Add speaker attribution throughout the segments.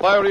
Speaker 1: fiery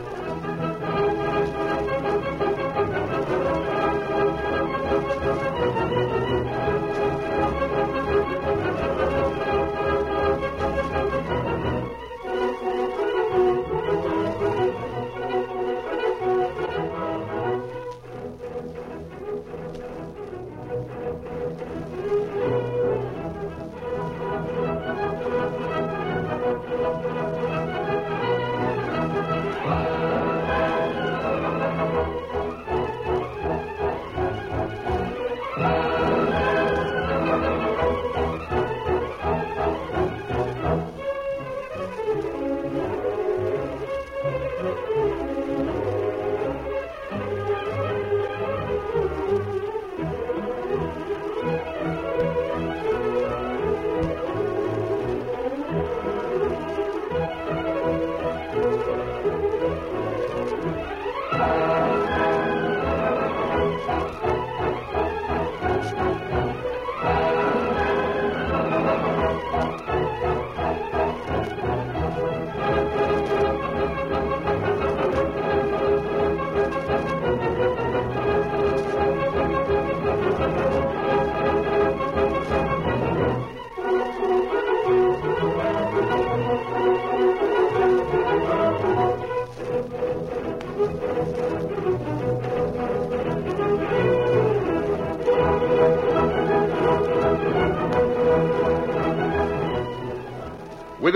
Speaker 1: With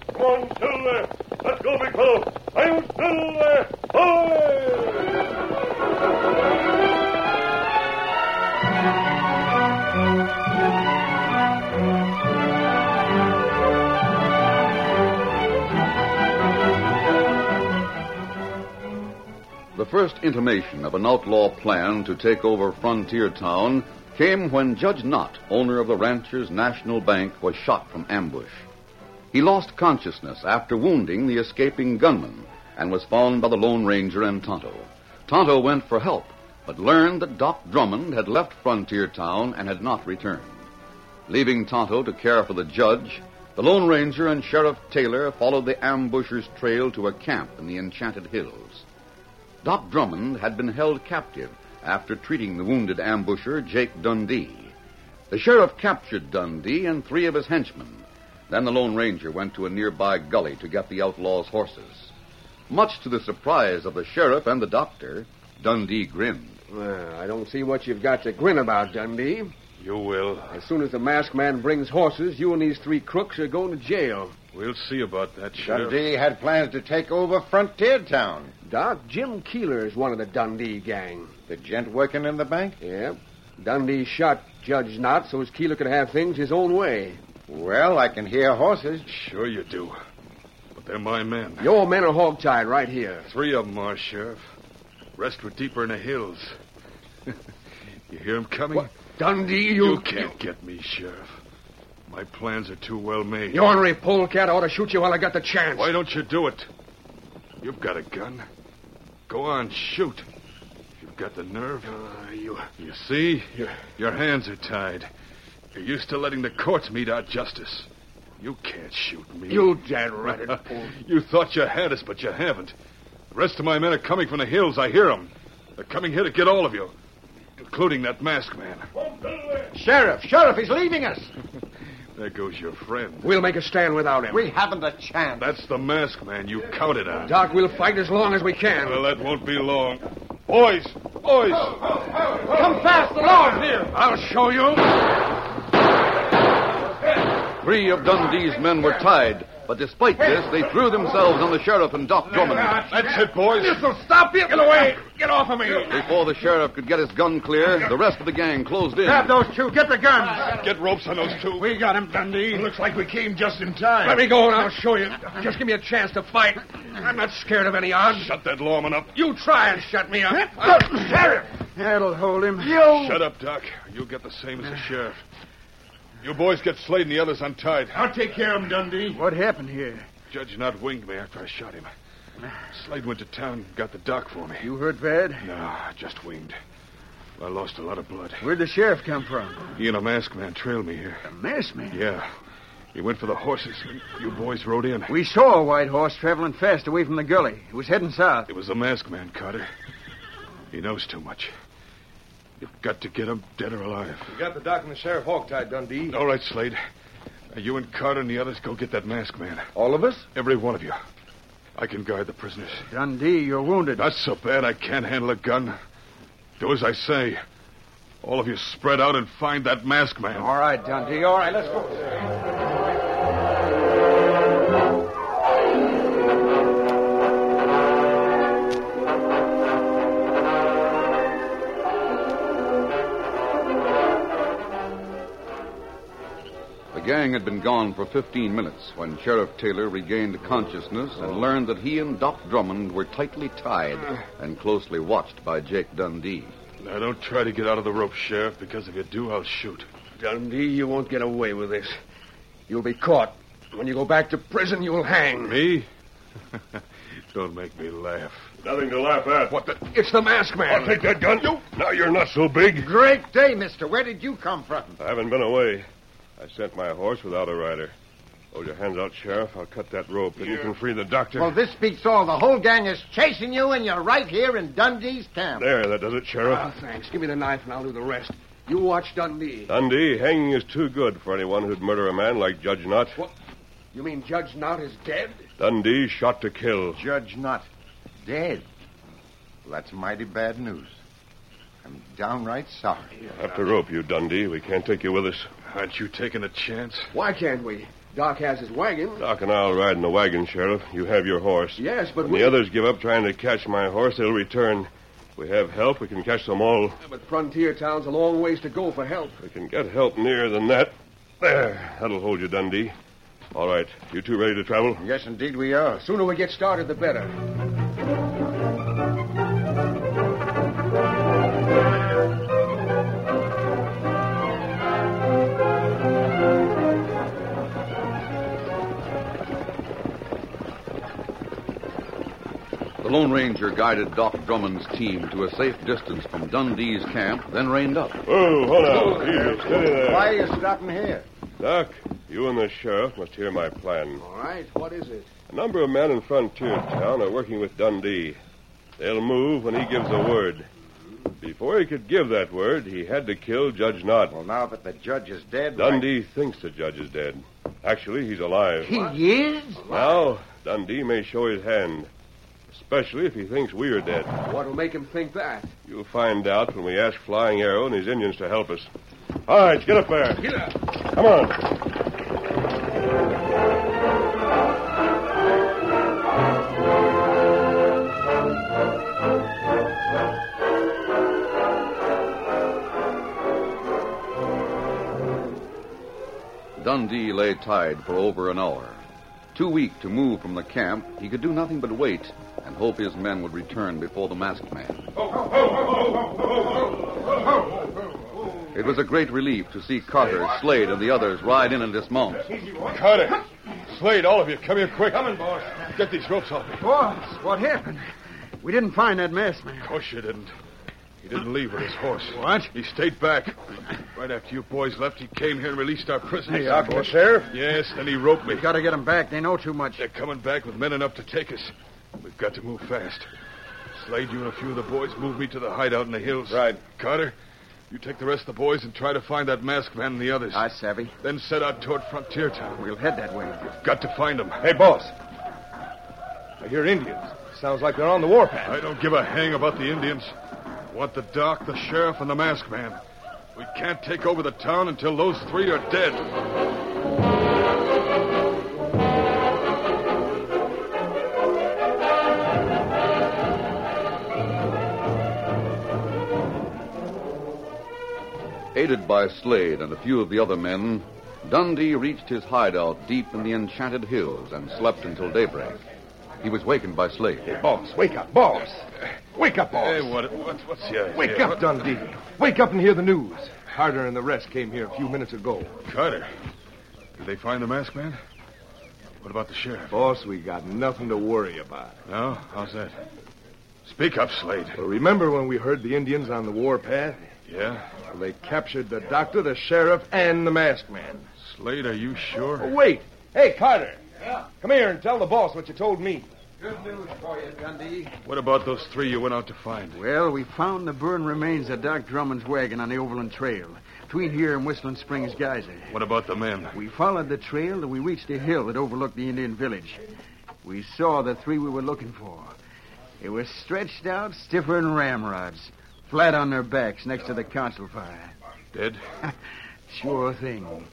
Speaker 2: Come on, Silver. Let's go, big fellow. I'm Silver. Away!
Speaker 1: The first intimation of an outlaw plan to take over Frontier Town came when Judge Knott, owner of the Ranchers National Bank, was shot from ambush. He lost consciousness after wounding the escaping gunman and was found by the Lone Ranger and Tonto. Tonto went for help, but learned that Doc Drummond had left Frontier Town and had not returned. Leaving Tonto to care for the judge, the Lone Ranger and Sheriff Taylor followed the ambusher's trail to a camp in the Enchanted Hills. Doc Drummond had been held captive after treating the wounded ambusher, Jake Dundee. The sheriff captured Dundee and three of his henchmen. Then the Lone Ranger went to a nearby gully to get the outlaw's horses. Much to the surprise of the sheriff and the doctor, Dundee grinned.
Speaker 3: Well, I don't see what you've got to grin about, Dundee.
Speaker 4: You will.
Speaker 3: As soon as the masked man brings horses, you and these three crooks are going to jail.
Speaker 4: We'll see about that, Sheriff.
Speaker 5: Dundee had plans to take over Frontier Town.
Speaker 3: Doc, Jim Keeler is one of the Dundee gang.
Speaker 5: The gent working in the bank?
Speaker 3: Yep. Dundee shot Judge Knott so as Keeler could have things his own way.
Speaker 5: Well, I can hear horses.
Speaker 4: Sure you do. But they're my men.
Speaker 3: Your men are hogtied right here.
Speaker 4: Three of them are, Sheriff. Rest were deeper in the hills. you hear 'em coming?
Speaker 3: Dundee,
Speaker 4: You can't get me, Sheriff. My plans are too well made.
Speaker 3: You ornery polecat I ought to shoot you while I got the chance.
Speaker 4: Why don't you do it? You've got a gun. Go on, shoot. If You've got the nerve.
Speaker 5: Uh,
Speaker 4: you... you see? Your, your hands are tied. You're used to letting the courts mete out justice. You can't shoot me.
Speaker 3: You dead ratted pole.
Speaker 4: you thought you had us, but you haven't. The rest of my men are coming from the hills. I hear 'em. They're coming here to get all of you, including that masked man.
Speaker 5: Sheriff, Sheriff, he's leaving us.
Speaker 4: There goes your friend.
Speaker 3: We'll make a stand without him.
Speaker 5: We haven't a chance.
Speaker 4: That's the masked man you counted on.
Speaker 3: Doc, we'll fight as long as we can.
Speaker 4: Well, that won't be long. Boys, boys,
Speaker 3: Come fast, the law's here.
Speaker 4: I'll show you.
Speaker 1: Three of Dundee's men were tied, But despite this, they threw themselves on the sheriff and Doc Drummond.
Speaker 4: That's it, boys.
Speaker 6: This'll stop you. Get away. Get off of me.
Speaker 1: Before the sheriff could get his gun clear, the rest of the gang closed in.
Speaker 5: Grab those two. Get the guns.
Speaker 4: Get ropes on those two.
Speaker 6: We got him, Dundee.
Speaker 4: looks like we came just in time.
Speaker 6: Let me go and I'll show you. Just give me a chance to fight. I'm not scared of any odds.
Speaker 4: Shut that lawman up.
Speaker 6: You try and shut me up. I'll- Sheriff!
Speaker 5: That'll hold him. You.
Speaker 4: Shut up, Doc. You'll get the same as the sheriff. You boys get Slade and the others untied.
Speaker 6: I'll take care of him, Dundee.
Speaker 5: What happened here?
Speaker 4: Judge not winged me after I shot him. Slade went to town and got the doc for me.
Speaker 5: You hurt bad?
Speaker 4: No, just winged. I lost a lot of blood.
Speaker 5: Where'd the sheriff come from?
Speaker 4: He and a masked man trailed me here.
Speaker 5: The masked man.
Speaker 4: Yeah. He went for the horses. and You boys rode in.
Speaker 5: We saw a white horse traveling fast away from the gully. It was heading south.
Speaker 4: It was the masked man, Carter. He knows too much. You've got to get him dead or alive.
Speaker 6: You got the doc and the sheriff hogtied, Dundee.
Speaker 4: All right, Slade. Uh, You and Carter and the others go get that masked man.
Speaker 6: All of us?
Speaker 4: Every one of you. I can guard the prisoners.
Speaker 5: Dundee, you're wounded.
Speaker 4: Not so bad I can't handle a gun. Do as I say. All of you spread out and find that masked man.
Speaker 5: All right, Dundee. All right, let's go.
Speaker 1: The gang had been gone for 15 minutes when Sheriff Taylor regained consciousness and learned that he and Doc Drummond were tightly tied
Speaker 3: Uh,
Speaker 1: and closely watched by Jake Dundee.
Speaker 4: Now, don't try to get out of the rope, Sheriff, because if you do, I'll shoot.
Speaker 6: Dundee, you won't get away with this. You'll be caught. When you go back to prison, you'll hang.
Speaker 4: Me? don't make me laugh.
Speaker 2: Nothing to laugh at.
Speaker 4: What the?
Speaker 6: It's the masked man.
Speaker 2: I'll take that gun. You? Now you're not so big.
Speaker 5: Great day, mister. Where did you come from?
Speaker 2: I haven't been away. I sent my horse without a rider. Hold your hands out, Sheriff. I'll cut that rope, and you can free the doctor.
Speaker 5: Well, this beats all. The whole gang is chasing you, and you're right here in Dundee's camp.
Speaker 2: There, that does it, Sheriff.
Speaker 7: Ah.
Speaker 6: Oh, thanks. Give me the knife and I'll do the rest. You watch Dundee.
Speaker 2: Dundee, hanging is too good for anyone who'd murder a man like Judge Knott.
Speaker 6: You mean Judge Knott is dead?
Speaker 2: Dundee shot to kill.
Speaker 5: Judge Not dead. Well, that's mighty bad news. I'm downright sorry.
Speaker 2: I have to rope you, Dundee. We can't take you with us.
Speaker 4: Aren't you taking a chance?
Speaker 6: Why can't we? Doc has his wagon.
Speaker 2: Doc and I'll ride in the wagon, Sheriff. You have your horse.
Speaker 6: Yes, but
Speaker 2: When the others give up trying to catch my horse, they'll return. If we have help, we can catch them all.
Speaker 6: But Frontier Town's a long ways to go for help.
Speaker 2: We can get help nearer than that. There, that'll hold you, Dundee. All right, you two ready to travel?
Speaker 5: Yes, indeed we are.
Speaker 6: The sooner we get started, the better.
Speaker 1: The Lone Ranger guided Doc Drummond's team to a safe distance from Dundee's camp, then reined up.
Speaker 2: Whoa, hold on. Oh, Here, steady there.
Speaker 5: Why are you stopping here?
Speaker 2: Doc, you and the sheriff must hear my plan.
Speaker 6: All right, what is it?
Speaker 2: A number of men in Frontier Town are working with Dundee. They'll move when he gives a word. Before he could give that word, he had to kill Judge Knott.
Speaker 5: Well, now that the judge is dead,
Speaker 2: Dundee thinks the judge is dead. Actually, he's alive.
Speaker 5: Why... He is?
Speaker 2: Now, Dundee may show his hand, especially if he thinks we are dead.
Speaker 6: What'll make him think that?
Speaker 2: You'll find out when we ask Flying Arrow and his Indians to help us. All right, get up there. Come on.
Speaker 1: Dundee lay tied for over an hour. Too weak to move from the camp, he could do nothing but wait and hope his men would return before the masked man. It was a great relief to see Carter, Slade, and the others ride in and dismount.
Speaker 4: Carter! Slade, all of you, come here quick. Coming, boss. Get these ropes off me.
Speaker 5: Boss, what happened? We didn't find that masked man.
Speaker 4: Of course you didn't. He didn't leave with his horse. What? He stayed back. Right after you boys left, he came here and released our prisoners.
Speaker 5: Sheriff?
Speaker 4: Yes, then he roped me.
Speaker 5: We've got to get him back. They know too much.
Speaker 4: They're coming back with men enough to take us. We've got to move fast. Slade, you and a few of the boys move me to the hideout in the hills.
Speaker 2: Right.
Speaker 4: Carter, you take the rest of the boys and try to find that masked man and the others.
Speaker 5: I savvy.
Speaker 4: Then set out toward Frontier Town.
Speaker 5: We'll head that way.
Speaker 4: We've got to find them.
Speaker 6: Hey, boss. I hear Indians. Sounds like they're on the warpath.
Speaker 4: I don't give a hang about the Indians. I want the doc, the sheriff, and the masked man. We can't take over the town until those three are dead.
Speaker 1: Aided by Slade and a few of the other men, Dundee reached his hideout deep in the enchanted hills and slept until daybreak. He was wakened by Slade.
Speaker 5: Boss, wake up, boss. Wake up, boss.
Speaker 4: Hey, what, what, what's your...
Speaker 5: Wake
Speaker 4: yeah,
Speaker 5: up,
Speaker 4: what-
Speaker 5: Dundee. Wake up and hear the news. Harder and the rest came here a few minutes ago.
Speaker 4: Carter. Did they find the masked man? What about the sheriff?
Speaker 5: Boss, we got nothing to worry about.
Speaker 4: No? How's that? Speak up, Slade.
Speaker 5: Well, remember when we heard the Indians on the warpath?
Speaker 4: Yeah?
Speaker 5: Well, they captured the doctor, the sheriff, and the masked man.
Speaker 4: Slade, are you sure?
Speaker 5: Oh, wait. Hey, Carter. Yeah? Come here and tell the boss what you told me.
Speaker 6: Good news for you, Dundee.
Speaker 4: What about those three you went out to find?
Speaker 6: Well, we found the burned remains of Doc Drummond's wagon on the Overland Trail, between here and Whistling Springs Geyser.
Speaker 4: What about the men?
Speaker 6: We followed the trail till we reached a hill that overlooked the Indian village. We saw the three we were looking for. They were stretched out stiffer than ramrods, flat on their backs next to the council fire.
Speaker 4: Dead?
Speaker 6: Sure thing.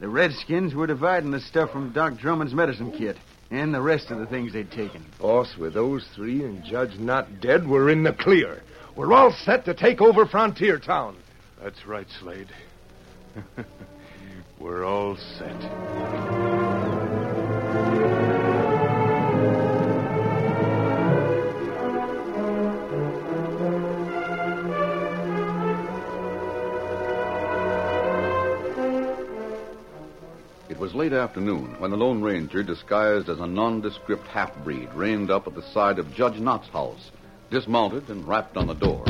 Speaker 6: The Redskins were dividing the stuff from Doc Drummond's medicine kit and the rest of the things they'd taken.
Speaker 5: Boss, with those three and Judge not dead, we're in the clear. We're all set to take over Frontier Town.
Speaker 4: That's right, Slade. We're all set.
Speaker 1: It was late afternoon when the Lone Ranger, disguised as a nondescript half breed, reined up at the side of Judge Knott's house, dismounted, and rapped on the door.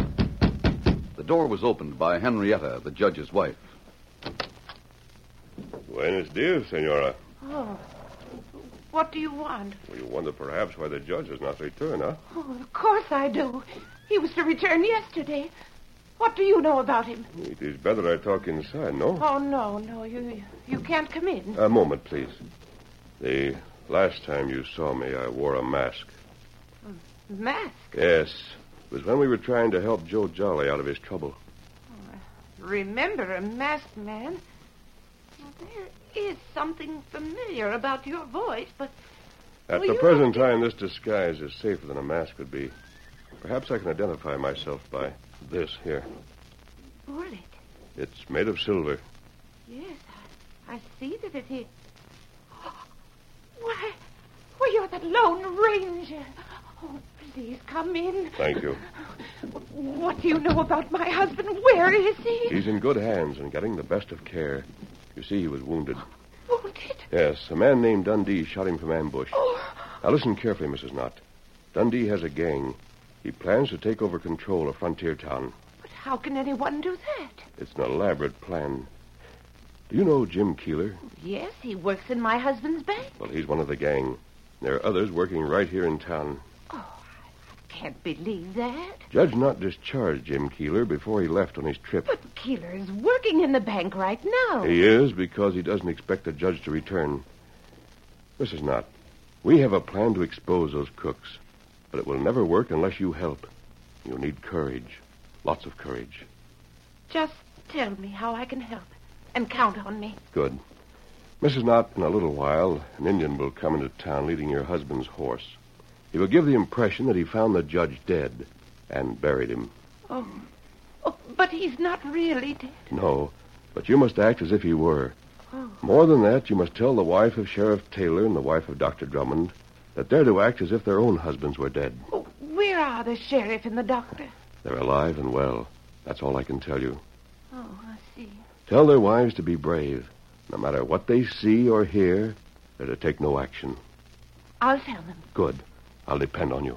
Speaker 1: The door was opened by Henrietta, the judge's wife.
Speaker 2: Buenos dias, senora.
Speaker 8: Oh, what do you want?
Speaker 2: Well, you wonder perhaps why the judge has not returned, huh?
Speaker 8: Oh, of course I do. He was to return yesterday. What do you know about him?
Speaker 2: It is better I talk inside, no?
Speaker 8: Oh, no, no, you you can't come in.
Speaker 2: A moment, please. The last time you saw me, I wore a mask.
Speaker 8: Mask,
Speaker 2: Yes. It was when we were trying to help Joe Jolly out of his trouble.
Speaker 8: remember a masked man. Well, There is something familiar about your voice, but
Speaker 2: At
Speaker 8: Well,
Speaker 2: the
Speaker 8: you
Speaker 2: present time, this disguise is safer than a mask would be. Perhaps I can identify myself by this here.
Speaker 8: bullet.
Speaker 2: It's made of silver.
Speaker 8: Yes, I, I see that it is. Why, why you're the Lone Ranger. Oh, please come in.
Speaker 2: Thank you.
Speaker 8: What do you know about my husband? Where is he?
Speaker 2: He's in good hands and getting the best of care. You see, he was wounded.
Speaker 8: Wounded?
Speaker 2: Yes, a man named Dundee shot him from ambush.
Speaker 8: Oh,
Speaker 2: Now listen carefully, Mrs. Knott. Dundee has a gang. He plans to take over control of Frontier Town.
Speaker 8: but how can anyone do that?
Speaker 2: It's an elaborate plan. Do you know Jim Keeler?
Speaker 8: Yes, he works in my husband's bank.
Speaker 2: Well, he's one of the gang. There are others working right here in town.
Speaker 8: Oh, Can't believe that.
Speaker 2: Judge Knott discharged Jim Keeler before he left on his trip.
Speaker 8: But Keeler is working in the bank right now.
Speaker 2: He is because he doesn't expect the judge to return. Mrs. Knott, we have a plan to expose those cooks, but it will never work unless you help. You need courage. Lots of courage.
Speaker 8: Just tell me how I can help and count on me.
Speaker 2: Good. Mrs. Knott, in a little while, an Indian will come into town leading your husband's horse. He will give the impression that he found the judge dead and buried him.
Speaker 8: Oh, but he's not really dead.
Speaker 2: No, but you must act as if he were.
Speaker 8: Oh.
Speaker 2: More than that, you must tell the wife of Sheriff Taylor and the wife of Dr. Drummond that they're to act as if their own husbands were dead.
Speaker 8: Oh, where are the sheriff and the doctor?
Speaker 2: They're alive and well. That's all I can tell you.
Speaker 8: Oh, I see.
Speaker 2: Tell their wives to be brave. No matter what they see or hear, they're to take no action.
Speaker 8: I'll tell them.
Speaker 2: Good. I'll depend on you.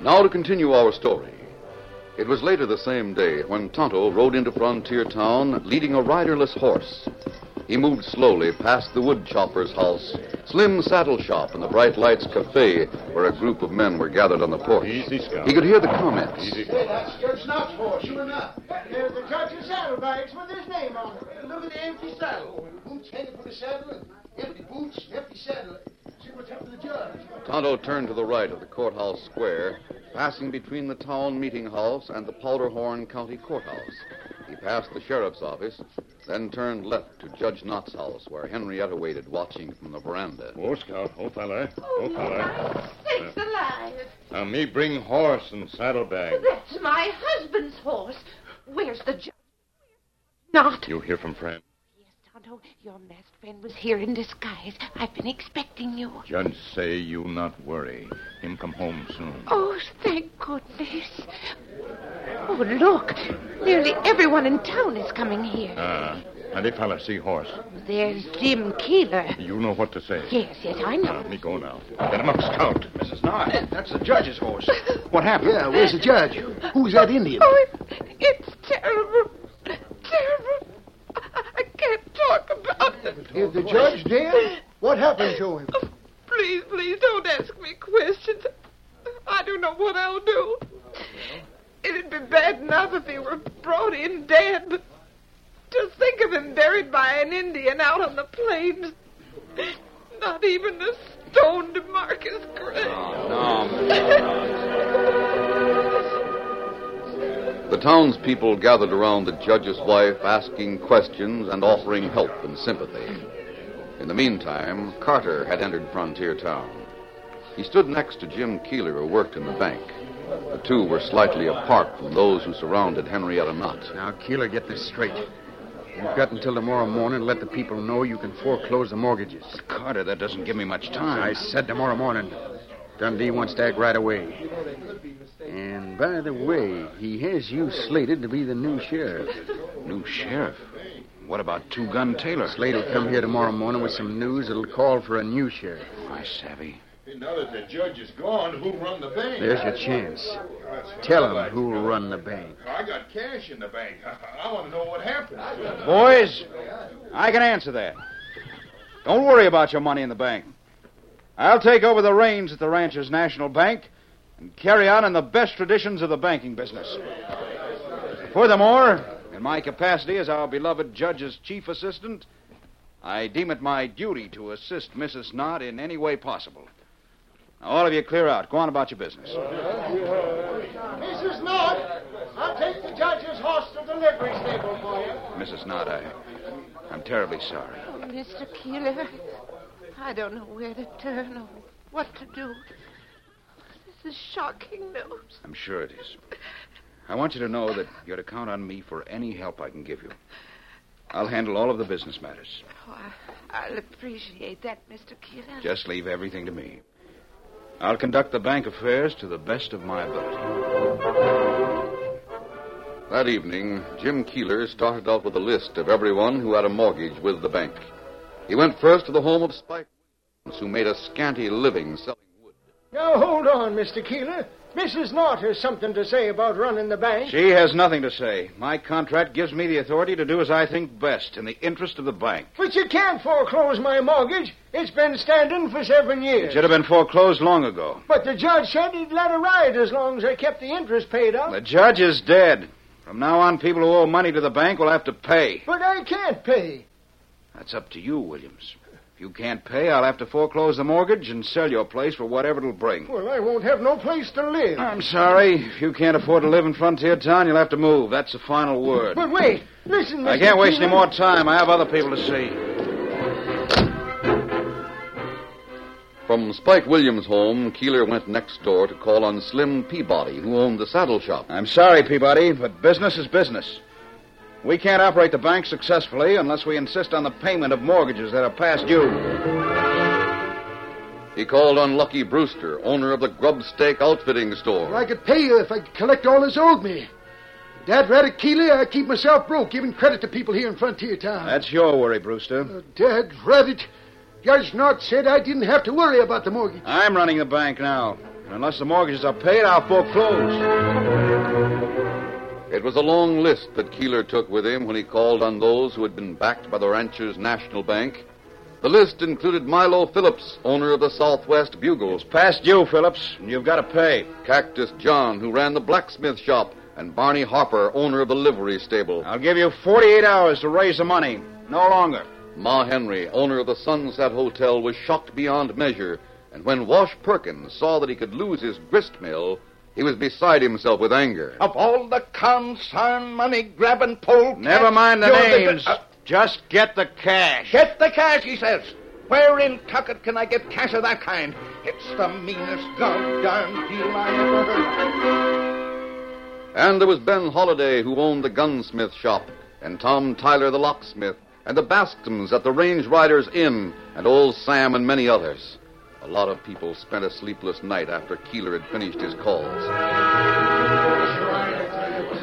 Speaker 1: Now to continue our story. It was later the same day when Tonto rode into Frontier Town leading a riderless horse. He moved slowly past the wood chopper's house, Slim Saddle Shop, and the Bright Lights Cafe, where a group of men were gathered on the porch.
Speaker 9: Easy, Scout.
Speaker 1: He could hear the comments.
Speaker 9: Easy.
Speaker 7: That's Judge Knott's horse, sure enough. There's the judge's saddlebags with his name on it. Look at the empty saddle. Boots hanging from the saddle, and empty boots, empty saddle. See what's happened to the judge.
Speaker 1: Tonto turned to the right of the courthouse square, passing between the town meeting house and the Powderhorn County Courthouse. He passed the sheriff's office, then turned left to Judge Knott's house, where Henrietta waited, watching from the veranda.
Speaker 9: Oh, Scout. Oh, fella. Oh, fella.
Speaker 8: my sakes alive.
Speaker 9: Now, me bring horse and saddlebag.
Speaker 8: That's my husband's horse. Where's the judge? Not.
Speaker 9: You hear from Fran?
Speaker 8: Yes, Tonto, your masked friend was here in disguise. I've been expecting you.
Speaker 9: Judge say you not worry. Him come home soon.
Speaker 8: Oh, thank goodness. Oh, look. Nearly everyone in town is coming here.
Speaker 9: Ah, and if fella see horse,
Speaker 8: There's Jim Keeler.
Speaker 9: you know what to say.
Speaker 8: Yes, yes, I know.
Speaker 9: Ah, me go now. Get him up, Scout.
Speaker 5: Mrs. Knott, that's the judge's horse.
Speaker 9: What happened?
Speaker 7: Yeah, Uh, where's the judge? Who's that Indian?
Speaker 8: Oh, it, it's terrible. Terrible. I, I can't talk about it.
Speaker 7: Is the judge dead? What happened to him?
Speaker 8: Oh, please, please don't ask me questions. I don't know what I'll do. It'd be bad enough if he were brought in dead, but just think of him buried by an Indian out on the plains. Not even a stone to mark his grave.
Speaker 1: The townspeople gathered around the judge's wife, asking questions and offering help and sympathy. In the meantime, Carter had entered Frontier Town. He stood next to Jim Keeler, who worked in the bank. The two were slightly apart from those who surrounded Henrietta Knott.
Speaker 6: Now, Keeler, get this straight. You've got until tomorrow morning to let the people know you can foreclose the mortgages.
Speaker 5: Carter, that doesn't give me much
Speaker 6: I said tomorrow morning. Dundee wants to act right away. And by the way, he has you slated to be the new sheriff.
Speaker 5: New sheriff. What about Two Gun Taylor?
Speaker 6: Slade will come here tomorrow morning with some news that'll call for a new sheriff.
Speaker 5: My savvy.
Speaker 9: Now that the judge is gone, who run the bank?
Speaker 6: There's your chance. Tell him who'll run the bank.
Speaker 9: I got cash in the bank. I, want to know what happened.
Speaker 5: Boys, I can answer that. Don't worry about your money in the bank. I'll take over the reins at the Ranchers National Bank and carry on in the best traditions of the banking business. Furthermore, in my capacity as our beloved judge's chief assistant, I deem it my duty to assist Mrs. Knott in any way possible. Now, all of you clear out. Go on about your business.
Speaker 7: Mrs. Knott, I'll take the judge's horse to the livery stable for you.
Speaker 5: Mrs. Knott, I, I'm terribly sorry.
Speaker 8: Oh, Mr. Keeler, I don't know where to turn or what to do. This is shocking news.
Speaker 5: I'm sure it is. I want you to know that you're to count on me for any help I can give you. I'll handle all of the business matters.
Speaker 8: Oh, I, I'll appreciate that, Mr. Keeler.
Speaker 5: Just leave everything to me. I'll conduct the bank affairs to the best of my ability.
Speaker 1: That evening, Jim Keeler started out with a list of everyone who had a mortgage with the bank. He went first to the home of Spike Williams, who made a scanty living selling wood.
Speaker 7: Now, hold on, Mr. Keeler. Mrs. Knott has something to say about running the bank.
Speaker 5: She has nothing to say. My contract gives me the authority to do as I think best in the interest of the bank.
Speaker 7: But you can't foreclose my mortgage. It's been standing for seven
Speaker 5: It
Speaker 7: years.
Speaker 5: should have been foreclosed long ago.
Speaker 7: But the judge said he'd let her ride as long as I kept the interest paid up.
Speaker 5: The judge is dead. From now on, people who owe money to the bank will have to pay.
Speaker 7: But I can't pay.
Speaker 5: That's up to you, Williams. If you can't pay, I'll have to foreclose the mortgage and sell your place for whatever it'll bring.
Speaker 7: Well, I won't have no place to live.
Speaker 5: I'm sorry. If you can't afford to live in Frontier Town, you'll have to move. That's the final word.
Speaker 7: But wait, listen, Mr.
Speaker 5: I can't waste any
Speaker 7: Keeler.
Speaker 5: more time. I have other people to see.
Speaker 1: From Spike Williams' home, Keeler went next door to call on Slim Peabody, who owned the saddle shop.
Speaker 5: I'm sorry, Peabody, but business is business. We can't operate the bank successfully unless we insist on the payment of mortgages that are past due.
Speaker 1: He called on Lucky Brewster, owner of the Grub Stake Outfitting Store.
Speaker 7: I could pay you if I could collect all that's owed me. Dad rather Keeler, I keep myself broke, giving credit to people here in Frontier Town. Uh,
Speaker 5: That's your worry, Brewster.
Speaker 7: Dad Rabbit, Judge Knott said I didn't have to worry about the mortgage.
Speaker 5: I'm running the bank now. Unless the mortgages are paid, I'll foreclose.
Speaker 1: It was a long list that Keeler took with him when he called on those who had been backed by the Ranchers National Bank. The list included Milo Phillips, owner of the Southwest Bugle,
Speaker 5: Past due, Phillips. and You've got to pay.
Speaker 1: Cactus John, who ran the blacksmith shop, and Barney Harper, owner of the livery stable.
Speaker 5: I'll give you 48 hours to raise the money. No longer.
Speaker 1: Ma Henry, owner of the Sunset Hotel, was shocked beyond measure, and when Wash Perkins saw that he could lose his grist mill, he was beside himself with anger.
Speaker 10: Of all the concern money grabbing pole.
Speaker 5: Never mind the names.
Speaker 10: Uh,
Speaker 5: Just get the cash.
Speaker 10: get the cash, he says. Where in Tucket can I get cash of that kind? It's the meanest goddamn deal I ever heard. of.
Speaker 1: And there was Ben Holliday, who owned the gunsmith shop, and Tom Tyler, the locksmith, and the Baskums at the Range Riders Inn, and old Sam and many others. A lot of people spent a sleepless night after Keeler had finished his calls.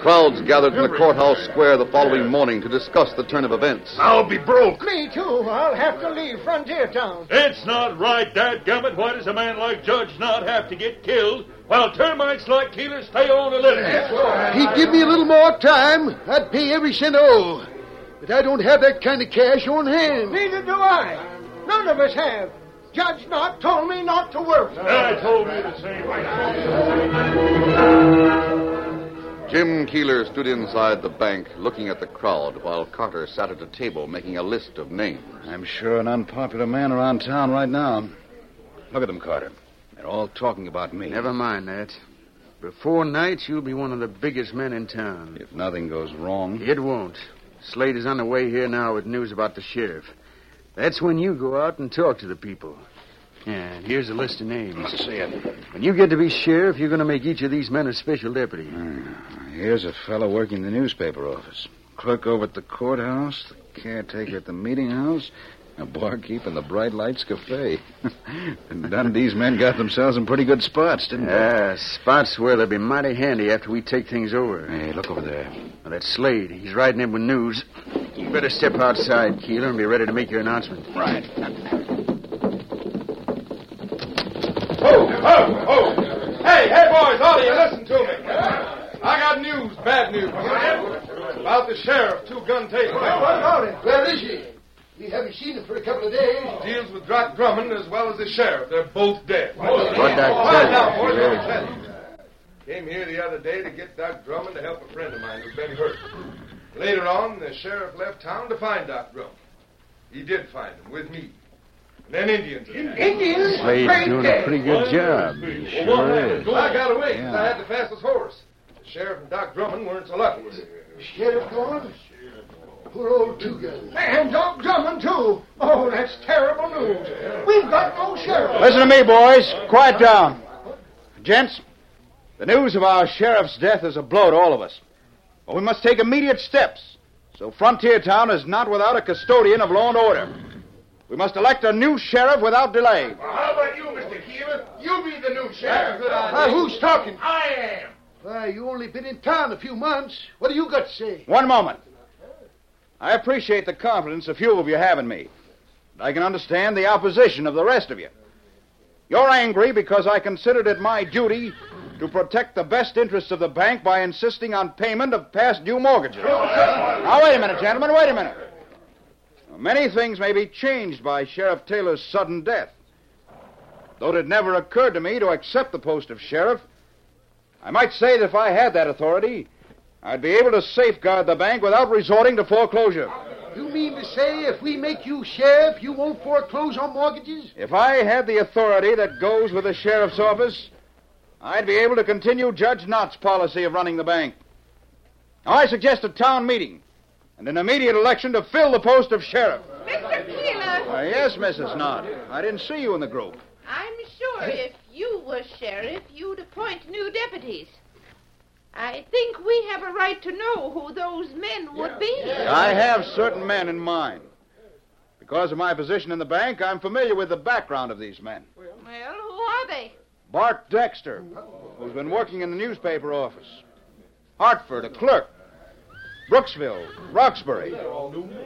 Speaker 1: Crowds gathered in the courthouse square the following morning to discuss the turn of events.
Speaker 4: I'll be broke.
Speaker 7: Me too. I'll have to leave Frontier Town.
Speaker 11: It's not right, Dad Gummit. Why does a man like Judge not have to get killed while termites like Keeler stay on a living?
Speaker 7: He'd give me a little more time. I'd pay every cent I owe. But I don't have that kind of cash on hand. Neither do I. None of us have. Judge Knott told me not to worry.
Speaker 11: I told you the same
Speaker 1: Jim Keeler stood inside the bank looking at the crowd while Carter sat at a table making a list of names.
Speaker 5: I'm sure an unpopular man around town right now. Look at them, Carter. They're all talking about me.
Speaker 6: Never mind that. Before night, you'll be one of the biggest men in town.
Speaker 5: If nothing goes wrong.
Speaker 6: It won't. Slade is on the way here now with news about the sheriff. That's when you go out and talk to the people. Yeah, and here's a list of names.
Speaker 5: Let's see it.
Speaker 6: When you get to be sheriff, you're going to make each of these men a special deputy.
Speaker 5: Hmm. Here's a fellow working the newspaper office. Clerk over at the courthouse, the caretaker at the meeting house, a barkeep in the Bright Lights Cafe. and none of these men got themselves in pretty good spots, didn't
Speaker 6: Ah, spots where they'll be mighty handy after we take things over.
Speaker 5: they? Hey, look over there.
Speaker 6: Now, that's Slade. He's riding in with news. You better step outside, Keeler, and be ready to make your announcement.
Speaker 5: Right.
Speaker 4: Ho, ho, ho. Hey, hey, boys, all of you, listen to me. I got news, bad news. About the sheriff, two-gun tape.
Speaker 7: about it? Where is she? We haven't seen her for a couple of days.
Speaker 4: Deals with Doc Drummond as well as the sheriff. They're both dead.
Speaker 6: What'd I
Speaker 4: Quiet
Speaker 6: tell
Speaker 4: now,
Speaker 6: you?
Speaker 4: boys. Let me tell you. Came here the other day to get Doc Drummond to help a friend of mine who's been hurt. Later on, the sheriff left town to find Doc Drummond. He did find him with me. And then Indians. attacked.
Speaker 7: Indians?
Speaker 6: Slade's doing a pretty good job.
Speaker 11: He
Speaker 6: sure
Speaker 4: Well, I got away 'cause I had the fastest horse. The sheriff and Doc Drummond weren't so lucky.
Speaker 7: Sheriff gone? Poor old Two Gun. And Doc Drummond, too. Oh, that's terrible news. We've got no sheriff.
Speaker 5: Listen to me, boys. Quiet down. Gents, the news of our sheriff's death is a blow to all of us. But we must take immediate steps so Frontier Town is not without a custodian of law and order. We must elect a new sheriff without delay.
Speaker 4: How about you, Mr. Keeler? You be the new sheriff. Good
Speaker 7: Now, who's talking?
Speaker 4: I am.
Speaker 7: Why, you only been in town a few months. What do you got to say?
Speaker 5: One moment. I appreciate the confidence a few of you have in me. But I can understand the opposition of the rest of you. You're angry because I considered it my duty to protect the best interests of the bank by insisting on payment of past due mortgages. Now, wait a minute, gentlemen, wait a minute. Many things may be changed by Sheriff Taylor's sudden death. Though it had never occurred to me to accept the post of sheriff, I might say that if I had that authority, I'd be able to safeguard the bank without resorting to foreclosure.
Speaker 7: You mean to say if we make you sheriff, you won't foreclose on mortgages?
Speaker 5: If I had the authority that goes with the sheriff's office, I'd be able to continue Judge Knott's policy of running the bank. Now, I suggest a town meeting and an immediate election to fill the post of sheriff.
Speaker 8: Mr. Keeler,
Speaker 5: Uh, yes, Mrs. Knott. I didn't see you in the group.
Speaker 8: I'm sure if you were sheriff, you'd appoint new deputies. I think we have a right to know who those men would be.
Speaker 5: I have certain men in mind. Because of my position in the bank, I'm familiar with the background of these men.
Speaker 8: Well, who are they?
Speaker 5: Bart Dexter, who's been working in the newspaper office. Hartford, a clerk. Brooksville, Roxbury,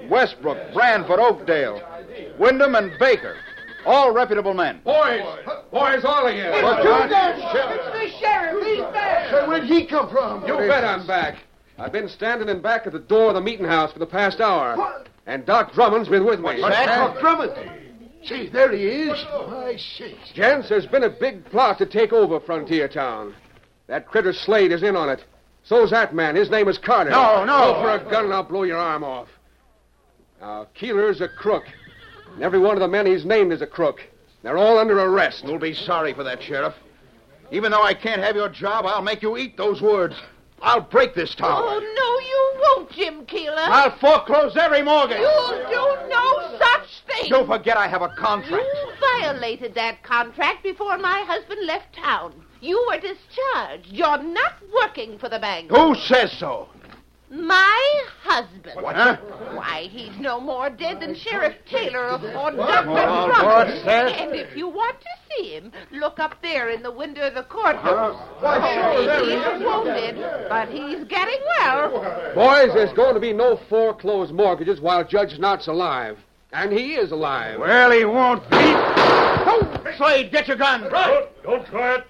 Speaker 5: Westbrook, Branford, Oakdale, Wyndham, and Baker. All reputable men.
Speaker 12: Boys! Boys, all of you!
Speaker 7: It's
Speaker 12: Look,
Speaker 7: you guys.
Speaker 12: Sheriff.
Speaker 7: It's the sheriff. He's back.
Speaker 12: Say,
Speaker 7: where'd he come from?
Speaker 3: You bet I'm back. I've been standing in back at the door of the meeting house for the past hour. And Doc Drummond's been with me.
Speaker 7: What's that? Doc Drummond. Gee, there he is. My sakes.
Speaker 3: Gents, there's been a big plot to take over Frontier Town. That critter Slade is in on it. So's that man. His name is Carter.
Speaker 7: No, no.
Speaker 3: Go for a gun and I'll blow your arm off. Now, Keeler's a crook. And every one of the men he's named is a crook. They're all under arrest.
Speaker 10: You'll be sorry for that, Sheriff. Even though I can't have your job, I'll make you eat those words. I'll break this town.
Speaker 8: Oh, no, you won't, Jim Keeler.
Speaker 10: I'll foreclose every mortgage.
Speaker 8: You'll do no such thing.
Speaker 10: Don't forget I have a contract.
Speaker 8: You violated that contract before my husband left town. You were discharged. You're not working for the bank.
Speaker 10: Who says so?
Speaker 8: My husband.
Speaker 10: What? Huh?
Speaker 8: Why, he's no more dead than Sheriff Taylor or, or Dr.
Speaker 10: Oh,
Speaker 8: Drummond.
Speaker 10: what's that?
Speaker 8: And if you want to see him, look up there in the window of the courthouse.
Speaker 7: Why,
Speaker 8: Oh,
Speaker 7: sure, there
Speaker 8: he
Speaker 7: he
Speaker 8: is
Speaker 7: is.
Speaker 8: wounded, but he's getting well.
Speaker 3: Boys, there's going to be no foreclosed mortgages while Judge Knott's alive. And he is alive.
Speaker 10: Well, he won't be. Slade, get your gun.
Speaker 11: Right. Don't try it.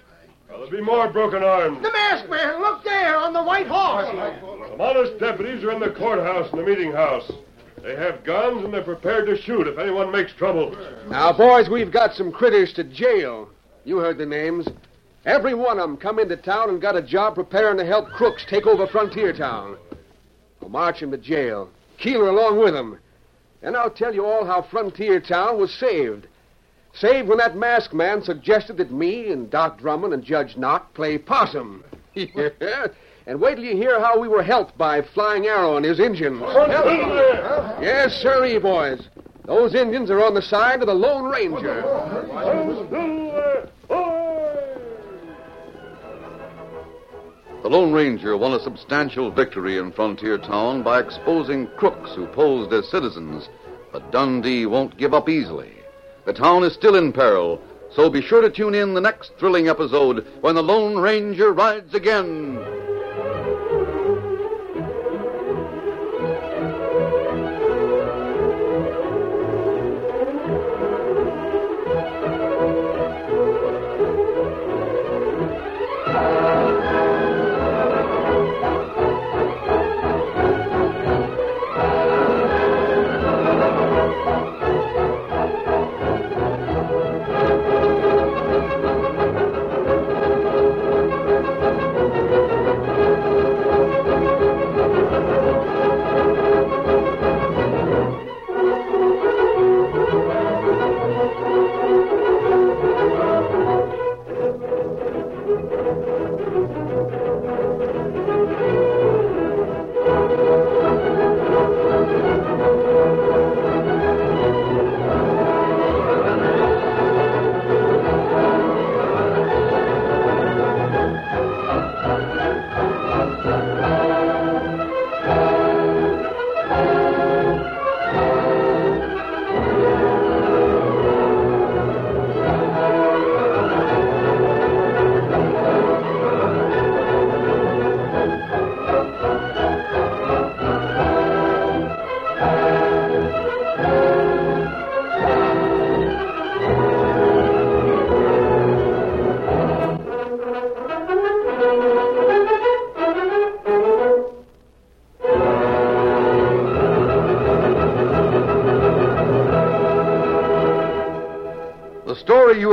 Speaker 11: There'll be more broken arms.
Speaker 7: The masked man. Look there on the white horse.
Speaker 11: Some honest deputies are in the courthouse and the meeting house. They have guns and they're prepared to shoot if anyone makes trouble.
Speaker 3: Now, boys, we've got some critters to jail. You heard the names. Every one of 'em come into town and got a job preparing to help crooks take over Frontier Town. I'll march 'em to jail. Keeler along with 'em. Then I'll tell you all how Frontier Town was saved. Saved when that masked man suggested that me and Doc Drummond and Judge Knott play possum. and wait till you hear how we were helped by Flying Arrow and his engine. Yes, sirree, boys. Those Indians are on the side of the Lone Ranger.
Speaker 1: The Lone Ranger won a substantial victory in Frontier Town by exposing crooks who posed as citizens, but Dundee won't give up easily. The town is still in peril, so be sure to tune in the next thrilling episode when the Lone Ranger rides again. The story you